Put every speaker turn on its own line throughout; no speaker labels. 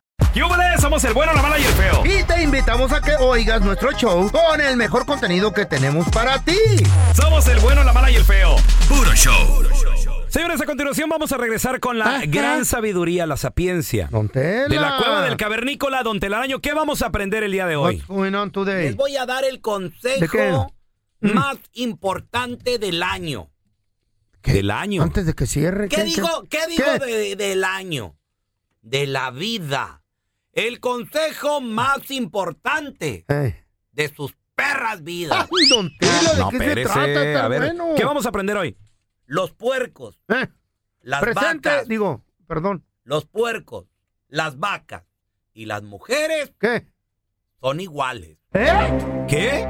¿Qué hubo de? Somos el bueno, la mala y el feo.
Y te invitamos a que oigas nuestro show con el mejor contenido que tenemos para ti.
Somos el bueno, la mala y el feo.
Puro show.
Señores, a continuación vamos a regresar con la gran sabiduría, la sapiencia.
Don Tela.
De la cueva del cavernícola, don Telaraño. ¿Qué vamos a aprender el día de hoy?
What's going on today?
Les voy a dar el
¿De qué?
consejo más importante del año.
Del año.
Antes de que cierre.
¿Qué digo, qué digo de- del año? De la vida. El consejo más importante
Eh.
de sus perras vidas.
Ay, don Tela, ¿de
No,
qué
espérese,
se trata?
a ver,
terreno?
¿Qué vamos a aprender hoy?
Los puercos,
Eh,
las
presente,
vacas,
digo, perdón.
los puercos, las vacas y las mujeres
¿Qué?
son iguales.
¿Eh?
¿Qué?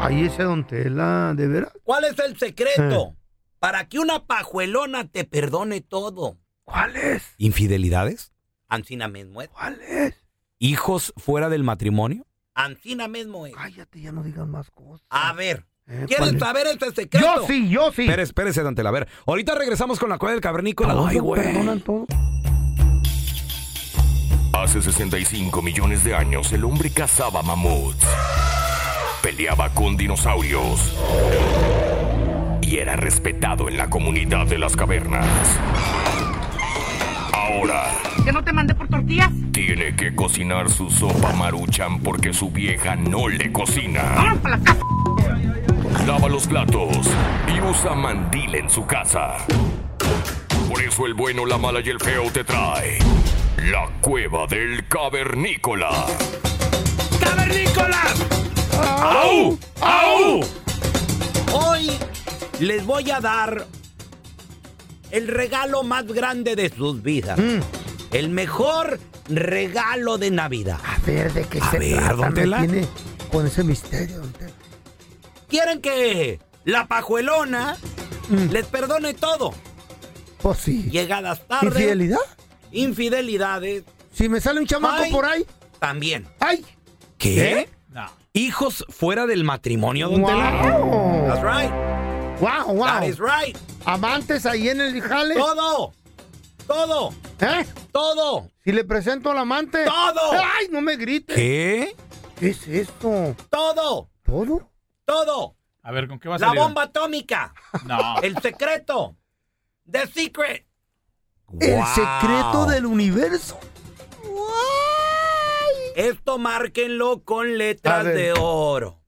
Ahí ese don Tela, ¿de veras?
¿Cuál es el secreto
Eh.
para que una pajuelona te perdone todo?
¿Cuál es?
¿Infidelidades?
Ancina mismo es.
¿Cuál es?
¿Hijos fuera del matrimonio?
Ancina mismo es.
Cállate, ya no digas más cosas.
A ver,
Eh, ¿cuál
¿quieres
es?
saber ese secreto?
Yo sí, yo sí.
Espérese, espérese, don Tela. A ver, ahorita regresamos con la cueva del cavernícola.
Todos perdonan todo.
Hace 65 millones de años el hombre cazaba mamuts, peleaba con dinosaurios y era respetado en la comunidad de las cavernas. Ahora
Que no te mandé por tortillas.
tiene que cocinar su sopa maruchan porque su vieja no le cocina.
Vámonos para la casa.
Lava los platos y usa mandil en su casa. Por eso el bueno, la mala y el feo te trae la cueva del cavernícola.
¡Cavernícolas!
¡Au! ¡Au!
Hoy les voy a dar el regalo más grande de sus vidas.
Mm.
El mejor regalo de Navidad.
A ver, ¿de qué
A
se
ver,
trata?
don
Me
Tela.
tiene con ese misterio, don Tela.
¿Quieren que la pajuelona
Mm.
les perdone todo?
Pues sí.
Llegadas tarde,
¿Infidelidad?
infidelidades
Si me sale un chamaco
Ay.
por ahí,
también. ¿Eh?
¡ay!
¿Qué? ¿Hijos fuera del matrimonio, don Tela?
That's
¡Wow!
right.
¡Wow,
That
wow!
is right.
Amantes ahí en el jale.
Todo. Todo.
¿Eh?
Todo.
Si le presento al amante.
Todo.
¡Ay, no me grites!
¿Qué?
¿Qué es esto?
Todo.
¿Todo?
Todo.
A ver, ¿con qué vas a
La
salir?
bomba atómica.
No.
El secreto. The secret.
El
Wow.
secreto del universo.
Esto márquenlo con
A
letras
ver.
de oro.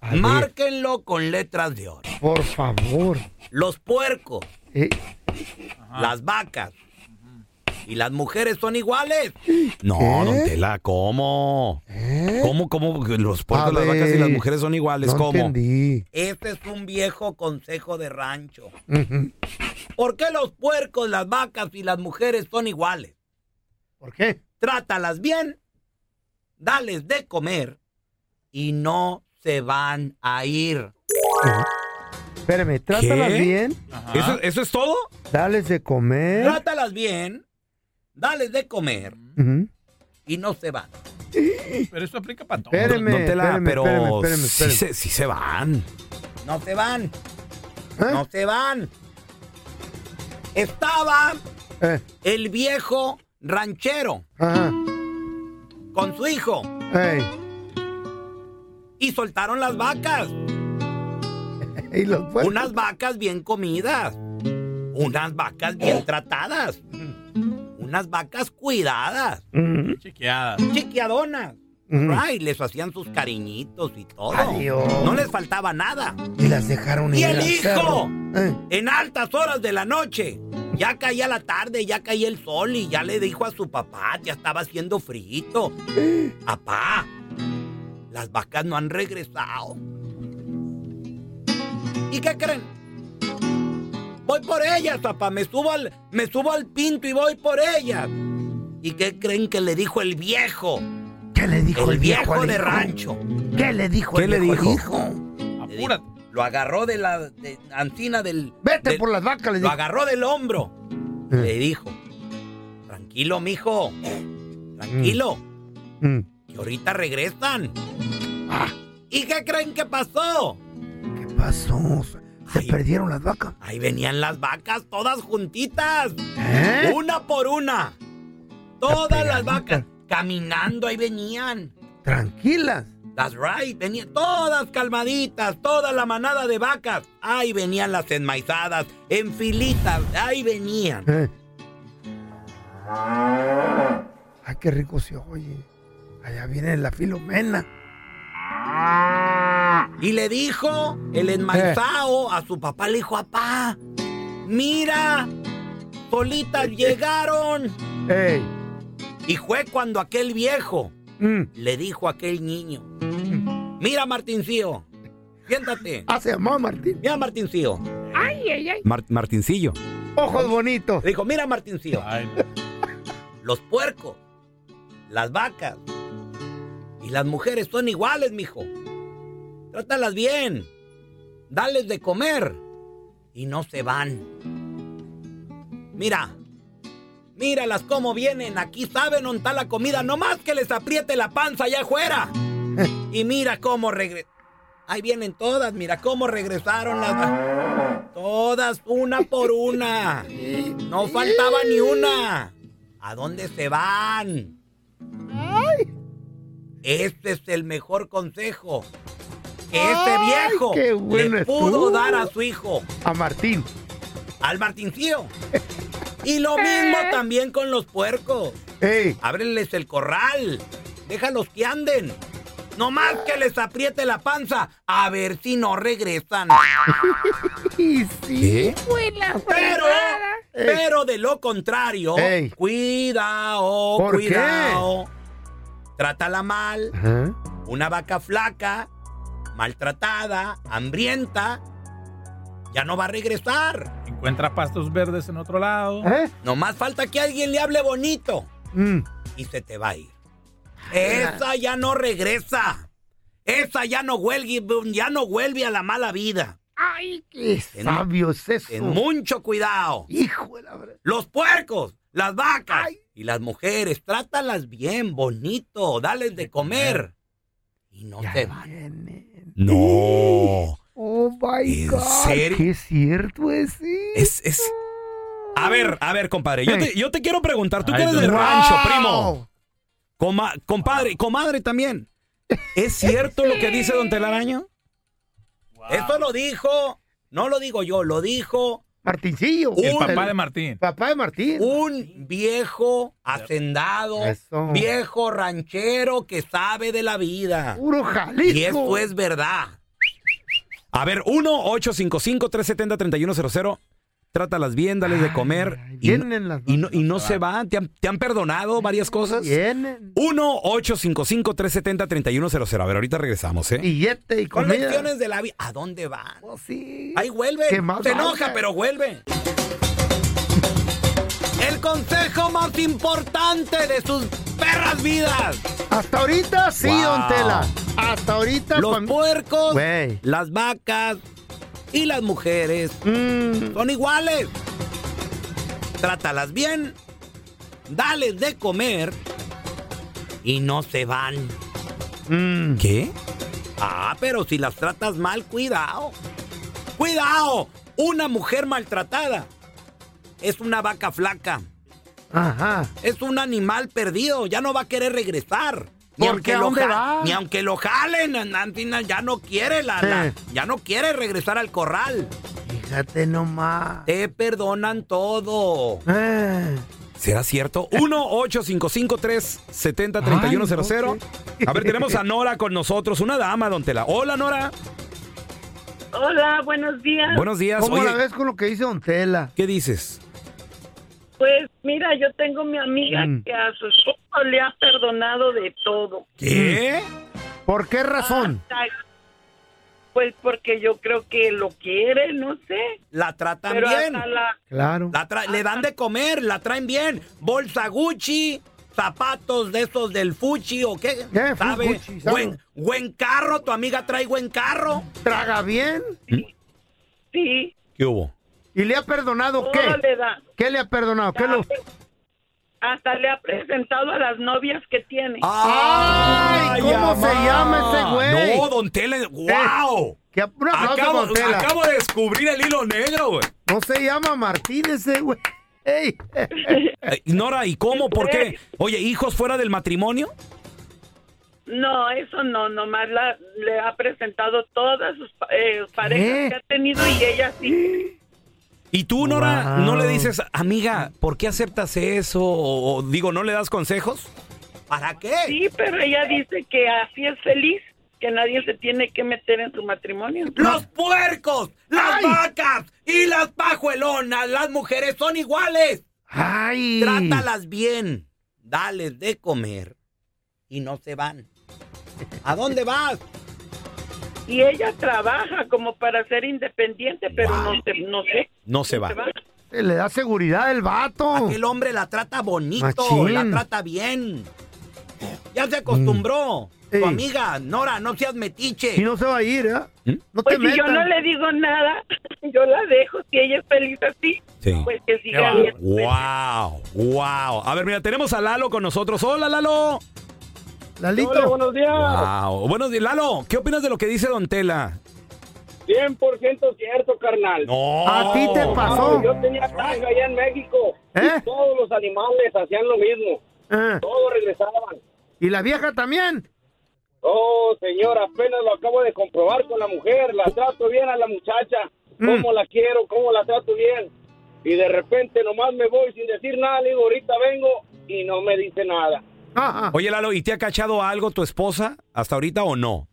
A ver.
Márquenlo con letras de oro.
Por favor.
Los puercos,
Eh,
las vacas y las mujeres son iguales.
No,
¿Qué?
don Tela, ¿cómo?
¿eh?
¿Cómo, cómo los
A
puercos, las vacas y
ver.
las mujeres son iguales?
No
¿Cómo?
entendí.
Este es un viejo consejo de rancho.
Ujú.
¿Por qué los puercos, las vacas y las mujeres son iguales?
¿Por qué?
Trátalas bien, dales de comer y no se van a ir.
Espérame, trátalas
¿Qué?
bien, Ah.
Ajá.
¿Eso, ¿Eso es todo?
dales de comer.
Trátalas bien, dales de comer
Ujú.
y no se van.
Pero esto aplica para todo.
Espérame,
don Tela,
espérame,
pero
espérame, espérame,
sí
espérame.
se- sí se van.
No se van.
¿Eh?
No se van. Estaba
Eh,
el viejo ranchero
ajá.
con su hijo.
Ey,
y soltaron las vacas.
Y los puercos.
Unas vacas bien comidas. Unas vacas bien tratadas. Unas vacas cuidadas.
Ujú.
Chequeada.
Chiquiadonas.
Ujú.
Ay, les hacían sus cariñitos y todo.
Adiós.
No les faltaba nada.
Y las dejaron
Y
ir
el
al
hijo.
cerro. Eh,
En altas horas de la noche. Ya caía la tarde, ya caía el sol y ya le dijo a su papá, ya estaba haciendo frito. Papá, las vacas no han regresado. ¿Y qué creen? Voy por ellas, papá. Me subo al, me subo al pinto y voy por ellas. ¿Y qué creen que le dijo el viejo?
¿Qué le dijo
El,
el,
viejo,
al
de
hijo?
rancho.
¿Qué le dijo
¿Qué
el
le
viejo al
dijo?
hijo?
Le
Apúrate.
dijo- Lo agarró de la de, antina del...
Vete
del-
por las vacas, le
lo
dijo.
agarró del hombro.
Mm.
Le dijo, tranquilo, mijo. Tranquilo,
Mm.
que ahorita regresan.
Ah.
¿Y qué creen que pasó?
¿Qué pasó? Se
Ay.
perdieron las vacas.
Ahí venían las vacas todas juntitas.
¿Eh?
Una por una. Todas las
pegadita.
vacas. Caminando ahí venían.
Tranquilas.
That's right, venían todas calmaditas, toda la manada de vacas. Ahí venían las enmaizadas, en filitas, ahí venían.
Eh. Ay, qué rico se oye. Allá viene la filomena.
Y le dijo el enmaizao a su papá, le dijo, papá, mira, solitas llegaron.
Ey.
Y fue cuando aquel viejo
Mm.
le dijo a aquel niño, mira Martincillo, siéntate.
Ah, se llamaba Martín.
Mira Martincillo.
Mar- Martincillo.
Ojos bonitos.
Le dijo, mira Martincillo,
Ay, no.
los puercos, las vacas y las mujeres son iguales, mijo. Trátalas bien, dales de comer y no se van. Mira, míralas cómo vienen, aquí saben dónde está la comida, nomás que les apriete la panza allá afuera. Y mira cómo regresan. Ahí vienen todas, mira cómo regresaron las... va- Todas una por una. No faltaba ni una. ¿A dónde se van? Este es el mejor consejo que este
Ay,
viejo
qué bueno
le pudo
estuvo.
dar a su hijo,
A Martín.
al Martincillo. Y lo mismo también con los puercos.
Ey.
Ábreles el corral. Déjalos que anden. No más que les apriete la panza. A ver si no regresan.
Y sí.
Pero, pero de lo contrario,
Ey.
cuidado,
¿Por qué?
cuidado. Trátala mal.
Ajá.
Una vaca flaca, maltratada, hambrienta, ya no va a regresar.
Encuentra pastos verdes en otro lado.
¿Eh?
Nomás falta que alguien le hable bonito.
Mm.
y se te va a ir.
Ah,
Esa ya no regresa. Esa ya no vuelve, ya no vuelve a la mala vida.
Ay, qué
En-
sabio es eso.
Ten mucho cuidado.
Hijo de la verdad.
Los puercos, las vacas
Ay.
y las mujeres, trátalas bien, bonito, dales de comer. Y no
Ya
te van.
vienen.
No.
Oh my
¿En
God.
serio?
¿Qué es cierto es? sí?
Es, es. A ver, a ver, compadre. Yo te, yo te quiero preguntar, tú
Ay,
que eres de
Dios.
rancho,
Wow.
primo. Coma- compadre, comadre también. ¿Es cierto lo que dice Don Telaraño?
Eso lo dijo, no lo digo yo, lo dijo
Martincillo.
El
El
Uy.
papá de Martín.
papá de Martín.
un viejo hacendado,
Eso.
viejo ranchero que sabe de la vida.
Puro Jalisco.
Y esto es pues, verdad.
A ver, 1-855-370-3100. Trátalas bien, dales de comer.
Ay,
Y,
vienen las
y no, y no se van. ¿Te han, te han perdonado varias cosas?
pues,
Vienen.
1-855-370-3100. A ver, ahorita regresamos, ¿eh?
Billete y
Con
comida.
lecciones de la vida. ¿A dónde van?
Oh, sí.
Ahí vuelven.
¿Qué más
Se
vale?
enoja, pero vuelven. El consejo más importante de sus perras vidas.
Hasta ahorita sí,
Wow.
don Tela. Hasta ahorita.
Los
fam-
puercos,
Güey.
las vacas y las mujeres
Mm,
son iguales. Trátalas bien, dales de comer y no se van.
mm.
¿Qué?
Ah, pero si las tratas mal, cuidado. Cuidado. Una mujer maltratada es una vaca flaca.
Ajá.
Es un animal perdido. Ya no va a querer regresar. Ni
¿Por
aunque,
qué? ¿A
lo
dónde
ja-
va?
ni aunque lo jalen, an- al final ya no quiere la, la- ya no quiere regresar al corral.
Fíjate nomás.
Te perdonan todo.
Eh.
¿Será cierto? 1-855-370-3100. A ver, tenemos a Nora con nosotros, una dama, don Tela. Hola, Nora.
Hola, buenos días.
Buenos días.
Ah. ¿Cómo
Oye,
la ves con lo que dice Don Tela?
¿qué dices?
Pues mira, yo tengo mi amiga
Mm.
que a su esposo le ha perdonado de todo.
¿Qué?
Mm.
¿Por
Ah.
qué razón?
Ay, Pues porque yo creo que lo quiere, no sé.
La tratan
Pero
bien.
hasta la...
Claro.
La tra- le dan de comer, la traen bien. Bolsa Gucci, zapatos de esos del Fuchi o qué.
¿Qué? Fu-
¿Sabe?
Gucci, ¿sabe?
Buen, buen carro, tu amiga trae buen carro.
¿Traga bien?
Sí,
¿Qué hubo?
¿Y le ha perdonado
todo
qué?
le da.
¿Qué le ha perdonado? ¿Qué lo...
Hasta le ha presentado a las novias que tiene.
Ah. ¡Ay! ¿Cómo
ama!
se llama ese güey?
No, don Tela. ¡Wow!
Que ap- un aplauso
Acabo,
a Don Tela.
acabo de descubrir el hilo negro, güey.
No se llama Martín ese güey. Ey.
Eh, Nora, ¿y cómo? ¿Por
Eh.
qué? Oye, ¿hijos fuera del matrimonio?
No, eso no, nomás la, le ha presentado todas sus pa- eh, parejas que ha tenido y ella sí.
¿Y tú, Nora,
Wow.
no le dices, amiga, ¿por qué aceptas eso? O, o, digo, ¿no le das consejos?
¿Para qué?
Sí, pero ella dice que así es feliz, que nadie se tiene que meter en su matrimonio.
Los puercos, las
¡Ay!
vacas y las pajuelonas, las mujeres son iguales.
Ay.
Trátalas bien, dales de comer y no se van. ¿A dónde vas?
Y ella trabaja como para ser independiente, pero no, se- no sé.
No se va.
se va.
Se eh, Le da seguridad el vato.
Aquel hombre la trata bonito,
Oh. Machín.
la trata bien. Ya se acostumbró.
Ey.
Tu amiga, Nora, no seas metiche.
Mm. Y no se va a ir, ¿eh? No
Pues
te
si yo
metas.
no le digo nada, yo la dejo. Si ella es feliz así,
Sí.
pues que siga bien.
¡Wow! ¡Wow! A ver, mira, tenemos a Lalo con nosotros. ¡Hola, Lalo!
Lalito.
buenos días.
¡Wow! Buenos días, Lalo. ¿Qué opinas de lo que dice Don Tela?
100% cierto, carnal.
¡No!
A ti te pasó.
Yo tenía tanga allá en México.
¿Eh?
y Todos los animales hacían lo mismo.
Eh,
Todos regresaban.
¿Y la vieja también?
Oh, señor, apenas lo acabo de comprobar con la mujer. La trato bien a la muchacha. ¿Cómo la quiero? ¿Cómo la trato bien? Y de repente nomás me voy sin decir nada. Le digo, ahorita vengo y no me dice nada.
Ajá.
Oye, Lalo, ¿y te ha cachado algo tu esposa hasta ahorita o no?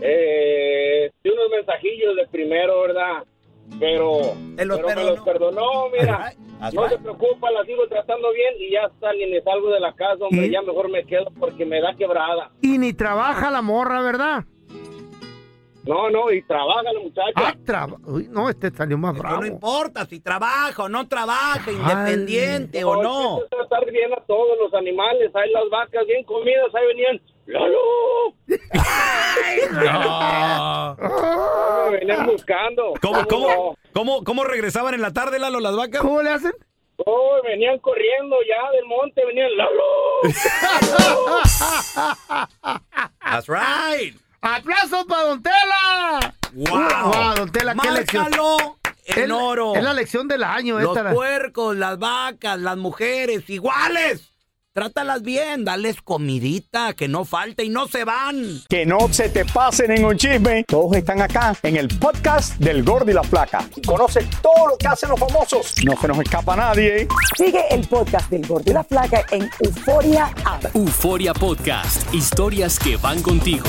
Eh, sí, unos mensajillos de primero, ¿verdad? Pero,
Te los
pero me
perdonó.
los perdonó, mira.
That's
no
right.
se preocupa, la sigo tratando bien y ya salen y salgo de la casa, hombre.
¿Y?
Ya mejor me quedo porque me da quebrada.
Y ni trabaja la morra, ¿verdad?
No, no, y trabaja la muchacha.
Ah, traba- Uy, no, este salió más
Pero
bravo.
no importa si trabaja o no trabaja, independiente
No,
o
es
no.
que eso es tratar bien a todos los animales. Ahí las vacas bien comidas, ahí venían. ¡Lolo! Me venían buscando.
Ah. ¿Cómo,
no?
cómo, cómo, cómo regresaban en la tarde, Lalo, las vacas?
¿Cómo le hacen?
Oh, venían corriendo ya del monte, venían. ¡Lolo!
That's right.
¡Aplausos para Don Tela!
Wow.
Guau, don Tela, qué lección.
Márcalo en
Es-
oro.
Es la lección del año
Los
esta. la-
puercos, las vacas, las mujeres, iguales. Trátalas bien, dales comidita, que no falte y no se van.
Que no se te pasen en un chisme. Todos están acá en el podcast del Gordo y la Flaca. Y conoce todo lo que hacen los famosos. No se nos escapa nadie.
Sigue el podcast del Gordo y la Flaca en Euforia App.
Euforia Podcast, historias que van contigo.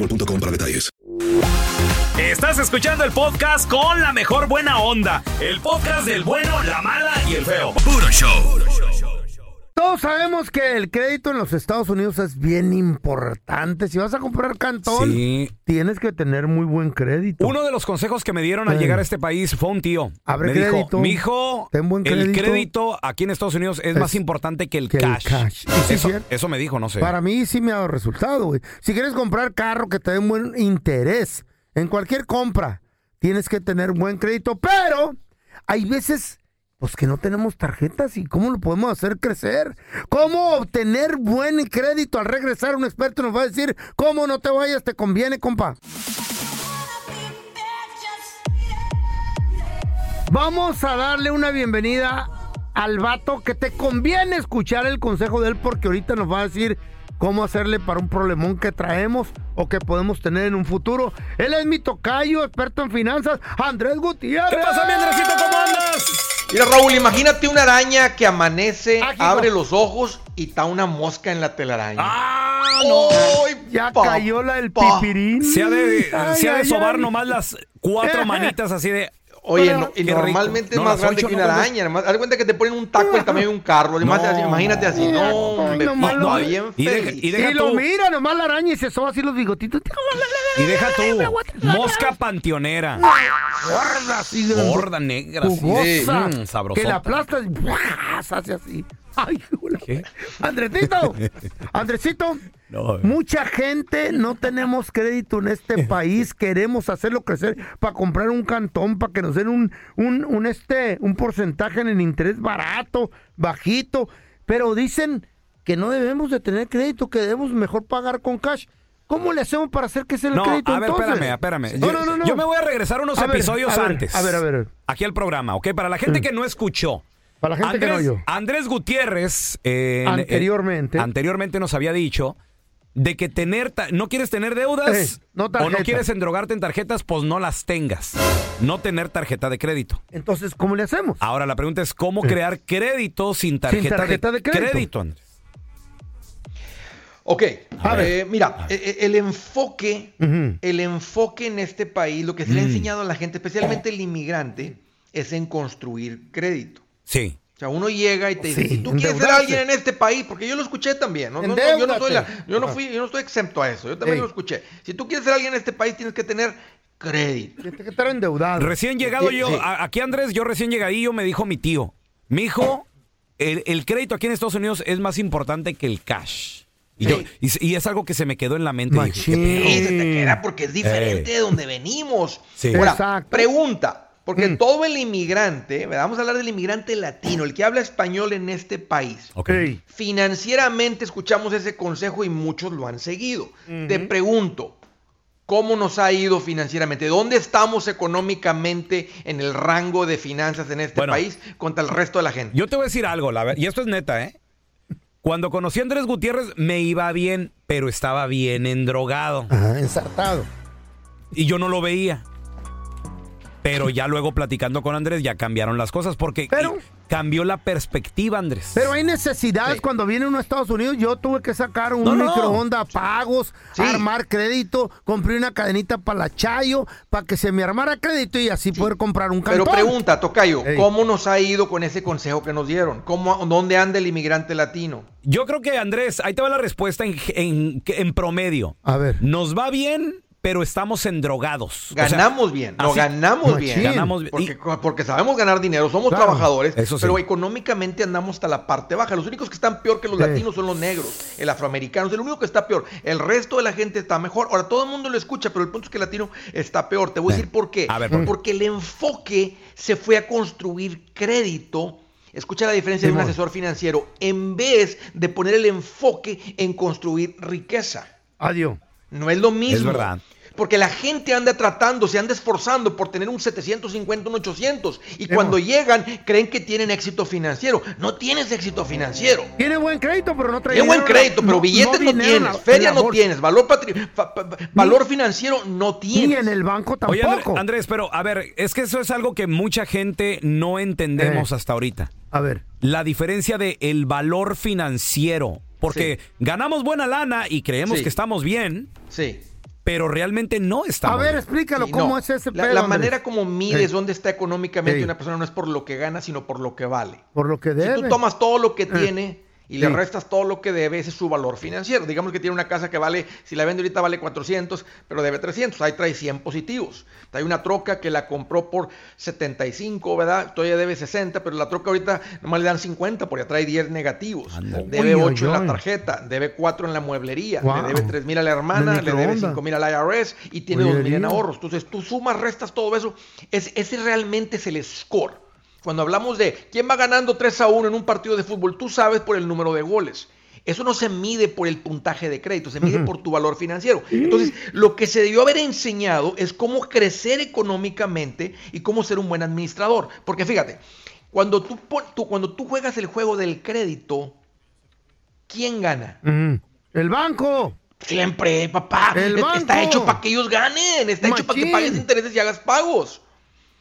para detalles.
Estás escuchando el podcast con la mejor buena onda. El podcast del bueno, la mala y el feo. Puro show.
Todos sabemos que el crédito en los Estados Unidos es bien importante. Si vas a comprar cantón, tienes que tener muy buen crédito.
Uno de los consejos que me dieron al
Eh.
llegar a este país fue un tío.
Abre
me
crédito,
dijo, mijo,
ten buen
el
crédito".
crédito aquí en Estados Unidos es,
Es
más importante que el
que el
cash.
cash. ¿Y sí es
Eso,
cierto?
eso me dijo, no sé.
Para mí sí me ha dado resultado, güey. Si quieres comprar carro que te den buen interés en cualquier compra, tienes que tener buen crédito, pero hay veces pues que no tenemos tarjetas y cómo lo podemos hacer crecer. ¿Cómo obtener buen crédito? Al regresar un experto nos va a decir, "Cómo no te vayas, te conviene, compa." Vamos a darle una bienvenida al vato que te conviene escuchar el consejo de él porque ahorita nos va a decir cómo hacerle para un problemón que traemos o que podemos tener en un futuro. Él es mi tocayo, experto en finanzas, Andrés Gutiérrez. ¿Qué pasa, mi Andresito? ¿Cómo andas?
Mira, Raúl, imagínate una araña que amanece, abre los ojos y está una mosca en la telaraña.
no. ya cayó la del pipirín.
Ah, Se ha de,
Ay,
se ha de
ay,
sobar
ay.
nomás las cuatro manitas así de.
Oye, no- y
Qué rico.
normalmente
No,
es más
las
grande
ocho
que
no,
una
güey.
araña. Además, haz de cuenta que te ponen un taco del tamaño de un carro. Además, así- imagínate así. No, hombre,
no, malo.
papá, bien
Y
feliz.
Y, lo mira nomás la araña y se soba así los bigotitos.
Y deja tú, mosca panteonera.
Gorda, así,
Gorda, negra, así.
Jugosa,
Mm, sabrosota.
Que la aplastas y ¡buah! se hace así. Ay, güey. Andresito, Andresito, mucha gente no tenemos crédito en este país, queremos hacerlo crecer para comprar un cantón, para que nos den un, un, un este, un porcentaje en el interés barato, bajito, pero dicen que no debemos de tener crédito, que debemos mejor pagar con cash. ¿Cómo le hacemos para hacer que sea el
No,
crédito
a ver,
entonces?
espérame, espérame.
No,
yo,
no, no, no.
yo me voy a regresar unos
A ver,
episodios
a ver,
antes.
A ver, Mm. a ver.
Aquí al programa, ¿ok? Para la gente que no escuchó.
Para la gente que no
Andrés,
oyó.
Andrés Gutiérrez. eh, en-
Anteriormente.
eh, anteriormente nos había dicho de que tener. ta- ¿No quieres tener deudas?
Eh, no
o no
tarjeta.
quieres endrogarte en tarjetas, pues no las tengas. No tener tarjeta de crédito.
Entonces, ¿cómo le hacemos?
Ahora la pregunta es: ¿cómo
Eh.
crear crédito sin tarjeta,
tarjeta de crédito.
Andrés?
Ok, eh,
Ah.
mira, eh, eh, el enfoque, el enfoque en este país, lo que se le ha
Mm.
enseñado a la gente, especialmente el inmigrante, es en construir crédito.
Sí.
O sea, uno llega y te dice,
Sí,
si tú quieres ser
endeudarse.
alguien en este país, porque yo lo escuché también, no, no, no, yo no soy la- yo no
Endeúdate.
fui, yo no estoy exento a eso, yo también
Ey.
lo escuché. Si tú quieres ser alguien en este país, tienes que tener crédito.
Tienes que estar endeudado.
Recién llegado
Sí,
yo,
sí.
a- aquí Andrés, yo recién llegadillo, me dijo mi tío, mi hijo, el, el crédito aquí en Estados Unidos es más importante que el cash. Y, yo- y s- y es algo que se me quedó en la mente. Dije, ¿qué
Sí,
pedo? Eh.
se te queda porque es diferente de donde venimos.
Sí.
Ahora,
Exacto.
pregunta, porque todo el inmigrante, ¿verdad? vamos a hablar del inmigrante latino, el que habla español en este país. Financieramente escuchamos ese consejo y muchos lo han seguido. Te pregunto, ¿cómo nos ha ido financieramente? ¿Dónde estamos económicamente en el rango de finanzas en este país contra el resto de la gente?
Yo te voy a decir algo, la ver- y esto es neta, ¿eh? Cuando conocí a Andrés Gutiérrez me iba bien, pero estaba bien endrogado.
Ajá, ensartado.
Y yo no lo veía. Pero ya luego platicando con Andrés ya cambiaron las cosas porque y- cambió la perspectiva, Andrés.
Pero hay necesidades cuando viene uno a Estados Unidos. Yo tuve que sacar un
No, no.
microondas pagos, armar crédito, compré una cadenita para la Chayo para que se me armara crédito y así poder comprar un
Pero
cantón.
pregunta, Tocayo,
Ey.
¿cómo nos ha ido con ese consejo que nos dieron? ¿Cómo, ¿Dónde anda el inmigrante latino?
Yo creo que, Andrés, ahí te va la respuesta en, en- en promedio.
A ver.
Nos va bien, pero estamos endrogados. O sea,
Ganamos bien, no
así-
ganamos bien.
Ganamos bien.
Porque, porque sabemos ganar dinero, somos
Claro,
trabajadores,
eso sí.
pero económicamente andamos hasta la parte baja. Los únicos que están peor que los
Sí.
latinos son los negros, el afroamericano es el único que está peor. El resto de la gente está mejor. Ahora todo el mundo lo escucha, pero el punto es que el latino está peor. Te voy a decir por qué.
A ver, ¿por qué?
porque el enfoque se fue a construir crédito. Escucha la diferencia de un
Simón.
asesor financiero en vez de poner el enfoque en construir riqueza.
Adiós.
No es lo mismo.
Es verdad.
Porque la gente anda tratando, se anda esforzando por tener un 750, un 800. Y
Emo.
cuando llegan, creen que tienen éxito financiero. No tienes éxito financiero.
Tiene buen crédito, pero no trae
Tiene buen
dinero en la-
crédito, pero billetes no,
dinero en la-
tienes, feria
en la
no
bolsa.
tienes, valor, patri- fa- pa- pa- valor financiero no tienes. Ni en
el banco
Oye, André- Andrés, pero a ver, es que eso es algo que mucha gente no
Eh.
entendemos hasta ahorita.
A ver.
La diferencia de el valor financiero. Porque ganamos buena lana y creemos
Sí.
que estamos bien.
Sí.
Pero realmente no estamos bien.
Sí, no. La, la manera como mides dónde está económicamente
Ey.
una persona no es por lo que gana, sino por lo que vale.
Por lo que debe. Eh,
Tú tomas todo lo que tiene y le
Sí.
restas todo lo que debe, ese es su valor financiero. Digamos que tiene una casa que vale, si la vende ahorita vale 400, pero debe 300, ahí trae 100 positivos. Hay una troca que la compró por 75, ¿verdad? Todavía debe 60, pero la troca ahorita nomás le dan 50 porque trae 10 negativos. Debe
Uy,
8
uy,
en
uy.
la tarjeta, debe 4 en la mueblería,
Wow.
le debe 3 mil a la hermana,
Del
le debe
microondas.
5 mil al IRS y tiene
Oye,
2 mil en
digo.
ahorros. Entonces tú sumas, restas todo eso. Es, ese realmente es el score. Cuando hablamos de quién va ganando 3 a 1 en un partido de fútbol, tú sabes por el número de goles. Eso no se mide por el puntaje de crédito, se mide
Ujú.
por tu valor financiero. Entonces, lo que se debió haber enseñado es cómo crecer económicamente y cómo ser un buen administrador. Porque fíjate, cuando tú, pon- tú- cuando tú juegas el juego del crédito, ¿quién gana?
Ujú. El banco.
Siempre, papá.
El
E- Está
banco.
hecho para que ellos ganen. Está hecho para que
Machín.
pagues intereses y hagas pagos.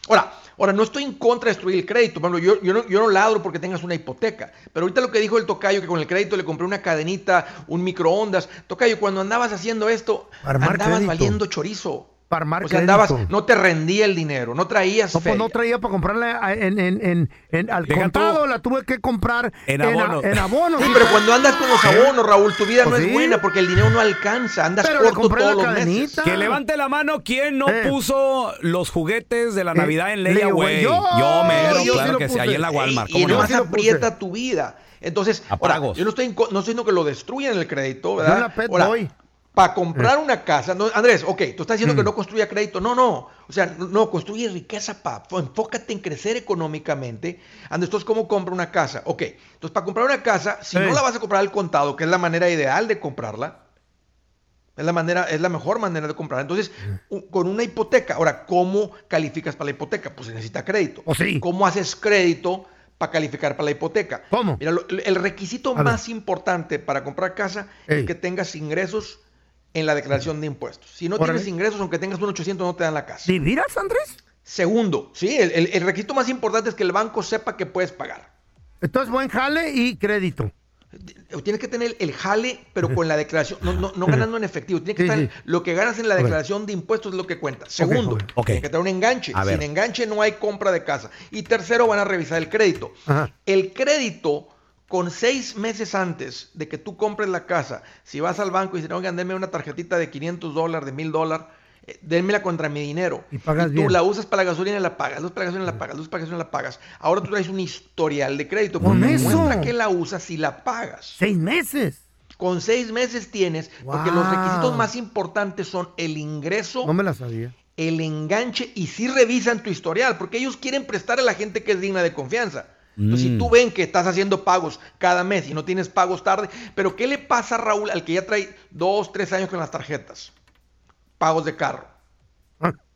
Ahora, ahora no estoy en contra de destruir el crédito. Por ejemplo, yo, yo no, yo no ladro porque tengas una hipoteca. Pero ahorita lo que dijo el Tocayo, que con el crédito le compré una cadenita, un microondas. Tocayo, cuando andabas haciendo esto,
Armar
andabas
crédito.
valiendo chorizo.
Para armar
o sea,
crédito.
andabas, no te rendía el dinero, no traías
No, pues
feria.
no traía para comprarla a- en, en, en, en- al
Deja
contado, la tuve que comprar
En
a-
abonos.
En, abonos.
Sí, pero cuando andas con los abonos, Raúl, tu
¿Eh?
vida
Pues
no
sí.
es buena porque el dinero no alcanza. Andas
Pero le
corto
compré
todos
la
los meses.
cadenita.
Que levante la mano quien no
Eh.
puso los juguetes de la
Eh,
Navidad en
Leia,
Leia, güey.
güey.
Yo,
Yo,
mero,
yo sí
claro
lo
que sí,
puse.
ahí en la Walmart.
Y
¿cómo no?
nomás aprieta tu vida. Entonces, ahora,
Apagos.
yo no estoy, en co- no estoy diciendo que lo destruyan el crédito,
Yo en
¿verdad?
la Pet Boy.
para comprar una casa, no, Andrés, ok, tú estás diciendo que
Mm.
no construya crédito, no, no, o sea, no, construye riqueza, pa, Fo- enfócate en crecer económicamente. Andrés, entonces, ¿cómo compra una casa? Ok, entonces, para comprar una casa, si
Sí.
no la vas a comprar al contado, que es la manera ideal de comprarla, es la, manera, es la mejor manera de comprar. Entonces,
Mm.
u- con una hipoteca. Ahora, ¿cómo calificas para la hipoteca? Pues se necesita crédito.
Oh,
¿Cómo haces crédito para calificar para la hipoteca?
¿Cómo?
Mira, lo- el requisito
A ver.
más importante para comprar casa
Ey.
es que tengas ingresos en la declaración de impuestos. Si no
Órale.
tienes ingresos, aunque tengas un 800, no te dan la casa.
¿Sí miras, Andrés?
Segundo, sí, el- el- el requisito más importante es que el banco sepa que puedes pagar.
Entonces, buen jale y crédito.
Tienes que tener el jale, pero con la declaración, no, no, no ganando en efectivo. Tiene que estar en- lo que ganas en la
Ok.
declaración de impuestos es lo que cuenta. Segundo,
ok,
ok.
tiene que tener un enganche.
A ver.
Sin enganche no hay compra de casa. Y tercero, van a revisar el crédito.
Ajá.
El crédito, con seis meses antes de que tú compres la casa, si vas al banco y dicen, oigan, denme una tarjetita de 500 dólares, de 1000 dólares, eh, denmela contra mi dinero.
Y pagas
tú
bien.
la usas para la gasolina y la pagas, la usas para la gasolina y la pagas, la usas para la gasolina y la pagas. Ahora tú traes un historial de crédito.
Con
porque
eso.
Muestra que la usas y la pagas.
Seis meses.
Con seis meses tienes, porque los
Wow.
requisitos más importantes son el ingreso,
No me la sabía.
el enganche y si revisan tu historial, porque ellos quieren prestar a la gente que es digna de confianza. Entonces,
Mm.
si tú ven que estás haciendo pagos cada mes y no tienes pagos tarde, pero ¿qué le pasa Raúl al que ya trae dos, tres años con las tarjetas? Pagos de carro.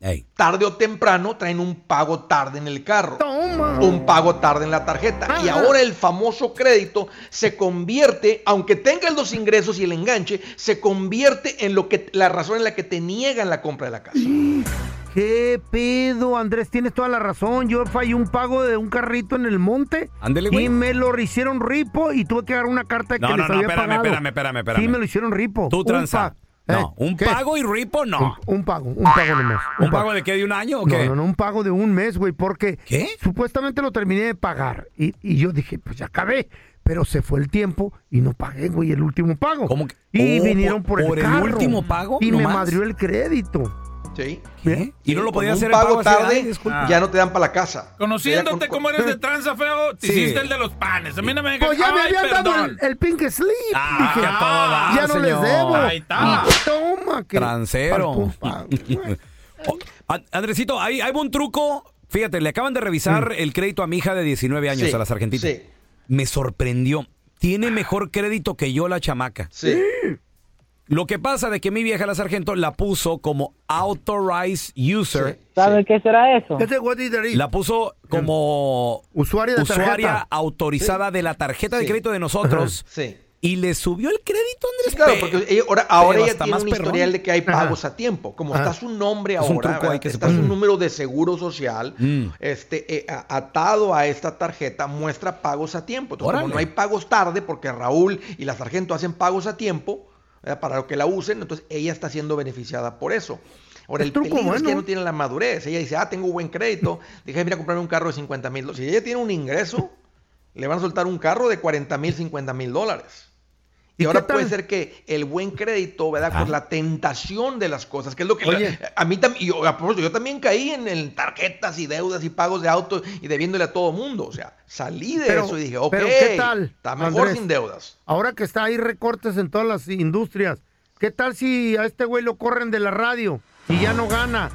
Ey.
Tarde o temprano traen un pago tarde en el carro.
Toma.
Un pago tarde en la tarjeta. Y
Ajá.
ahora el famoso crédito se convierte, aunque tenga los ingresos y el enganche, se convierte en lo que la razón en la que te niegan la compra de la casa.
¿Qué pedo, Andrés? Tienes toda la razón. Yo fallé un pago de un carrito en el monte.
Ándele, güey.
Y me lo hicieron ripo y tuve que dar una carta de que
No, no,
les
no,
había
espérame,
pagado.
espérame, espérame, espérame.
Sí, me lo hicieron ripo.
Tú
Un
tranza.
pa- ¿Eh?
No, un pago y ripo no.
Un, un pago, un pago nomás.
¿Un pago de qué? ¿De un año o qué?
No, no, no, un pago de un mes, güey, porque supuestamente lo terminé de pagar. Y, y yo dije, pues ya acabé. Pero se fue el tiempo y no pagué, güey, el último pago. Y
Oh,
vinieron por,
por- por el
carro.
último pago,
Y me
nomás.
madrió el crédito.
Sí.
¿Eh? Y no lo
Con
podía
un
hacer el
pago
pago así,
tarde,
ay, disculpa.
ya no te dan para la casa.
Conociéndote
Ya con-
como eres de tranza feo, te
Sí.
hiciste el de los panes. A mí no me digas,
Pues ya me
"Ay,
habían dado el,
perdón".
el pink slip.
Ah,
Dije,
a todo dar,
ya no les
señor.
debo.
Ahí está.
Y Toma, que.
Transero. Oh, An- Andresito, hay, hay un truco. Fíjate, le acaban de revisar
Mm.
el crédito a mi hija de 19 años,
Sí,
a la sargentita.
sí.
Me sorprendió. Tiene mejor crédito que yo la chamaca.
Sí.
Lo que pasa de que mi vieja la sargento la puso como authorized user.
¿Sabe qué será eso?
La puso como
Mm. usuaria, de tarjeta.
autorizada de la tarjeta de
Sí.
crédito de nosotros.
Sí.
Y le subió el crédito, Andrés.
Claro,
pe-
porque ella- ahora, ahora
pero
ella
hasta
tiene
más
un
perrón.
historial de que hay pagos
Ajá.
a tiempo. Como
Ajá.
está su nombre
Es un
ahora,
truco
¿verdad?
ahí que se
está
pone.
su número de seguro social,
Mm.
este, eh, a- atado a esta tarjeta, muestra pagos a tiempo. Entonces, como
Órale.
no hay pagos tarde, porque Raúl y la sargento hacen pagos a tiempo ¿verdad? para lo que la usen, entonces ella está siendo beneficiada por eso. Ahora,
Es
el
truco
peligro es que
bueno.
ella no tiene la madurez. Ella dice, ah, tengo buen crédito, déjame ir a comprarme un carro de 50 mil. Si ella tiene un ingreso, le van a soltar un carro de 40 mil, 50 mil dólares. Y, ahora puede ser que el buen crédito, ¿verdad? Por la tentación de las cosas, que es lo que
Oye.
a mí también, yo, a propósito, yo también caí en, en tarjetas y deudas y pagos de autos y debiéndole a todo mundo. O sea, salí de
Pero-
eso y dije, ok,
pero ¿qué tal,
está mejor
Andrés?
sin deudas.
Ahora que está ahí recortes en todas las industrias, ¿qué tal si a este güey lo corren de la radio y ya no gana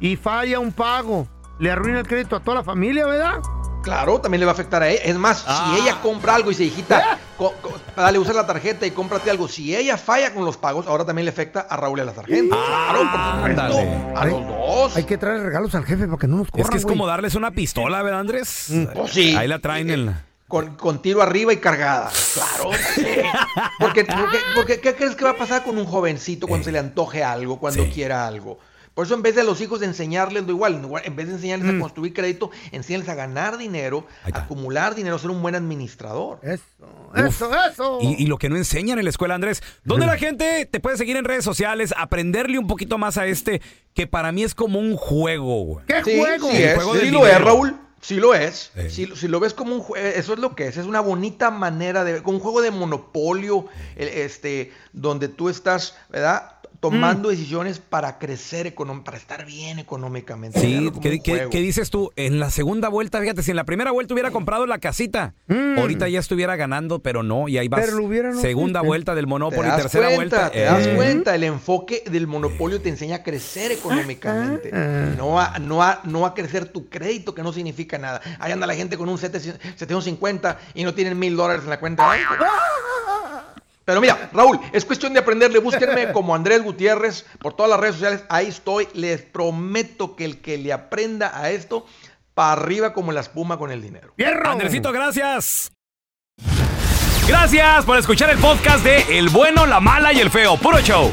y falla un pago? Le arruina el crédito a toda la familia, ¿verdad?
Claro, también le va a afectar a ella. Es más, si ella compra algo y dice,
¿Eh?
hijita, co- co- dale, usa la tarjeta y cómprate algo. Si ella falla con los pagos, ahora también le afecta a Raúl y a la tarjeta. claro, por supuesto. A los dos.
Hay que traer regalos al jefe para que no nos corran,
Es que es
güey.
como darles una pistola, ¿verdad, Andrés?
Pues sí.
Ahí la traen en la-
Con, con tiro arriba y cargada. Claro. sí. Porque, porque- porque, ¿qué crees que va a pasar con un jovencito cuando se le antoje algo, cuando quiera algo? Por eso en vez de a los hijos de enseñarles lo igual, en vez de enseñarles a construir crédito, enseñarles a ganar dinero, a acumular dinero, a ser un buen administrador.
Eso,
eso,
eso.
Y, y lo que no enseñan en la escuela, Andrés. ¿Dónde
Mm.
la gente te puede seguir en redes sociales, aprenderle un poquito más a este que para mí es como un juego, güey?
¿Qué
Sí,
El
es,
juego
sí
del
lo es,
dinero.
Raúl. Sí lo es. Si, lo- si lo ves como un juego, eso es lo que es. Es una bonita manera de, como un juego de monopolio, el- este, donde tú estás, ¿verdad?
Mm.
Tomando decisiones para crecer económicamente, para estar bien económicamente.
Sí,
verlo como
¿qué,
un
qué-
juego.
qué dices tú? En la segunda vuelta, fíjate, si en la primera vuelta hubiera comprado la casita, ahorita ya estuviera ganando, pero no, y ahí vas.
Mm. Pero lo hubiera, no
segunda
existe.
vuelta del Monopoly,
Te das
tercera
cuenta,
vuelta.
Te das
eh,
cuenta, el enfoque del monopolio te enseña a crecer económicamente,
ah.
no a, no, a, no a crecer tu crédito, que no significa nada. Ahí anda la gente con un 700 750 y no tienen mil dólares en la cuenta. de banco. Pero mira, Raúl, es cuestión de aprenderle. Búsquenme como Andrés Gutiérrez por todas las redes sociales. Ahí estoy. Les prometo que el que le aprenda a esto, para arriba como la espuma con el dinero.
Andresito, gracias. Gracias por escuchar el podcast de El bueno, la mala y el feo. Puro show.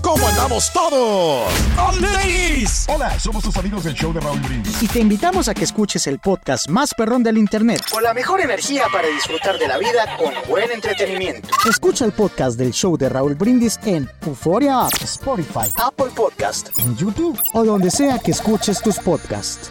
¿Cómo andamos todos? ¡Andrés! Hola, somos tus amigos del show de Raúl Brindis.
y te invitamos a que escuches el podcast más perrón del internet.
Con la mejor energía para disfrutar de la vida con buen entretenimiento.
Escucha el podcast del show de Raúl Brindis en Euforia App, Spotify,
Apple Podcast.
en YouTube o donde sea que escuches tus podcasts.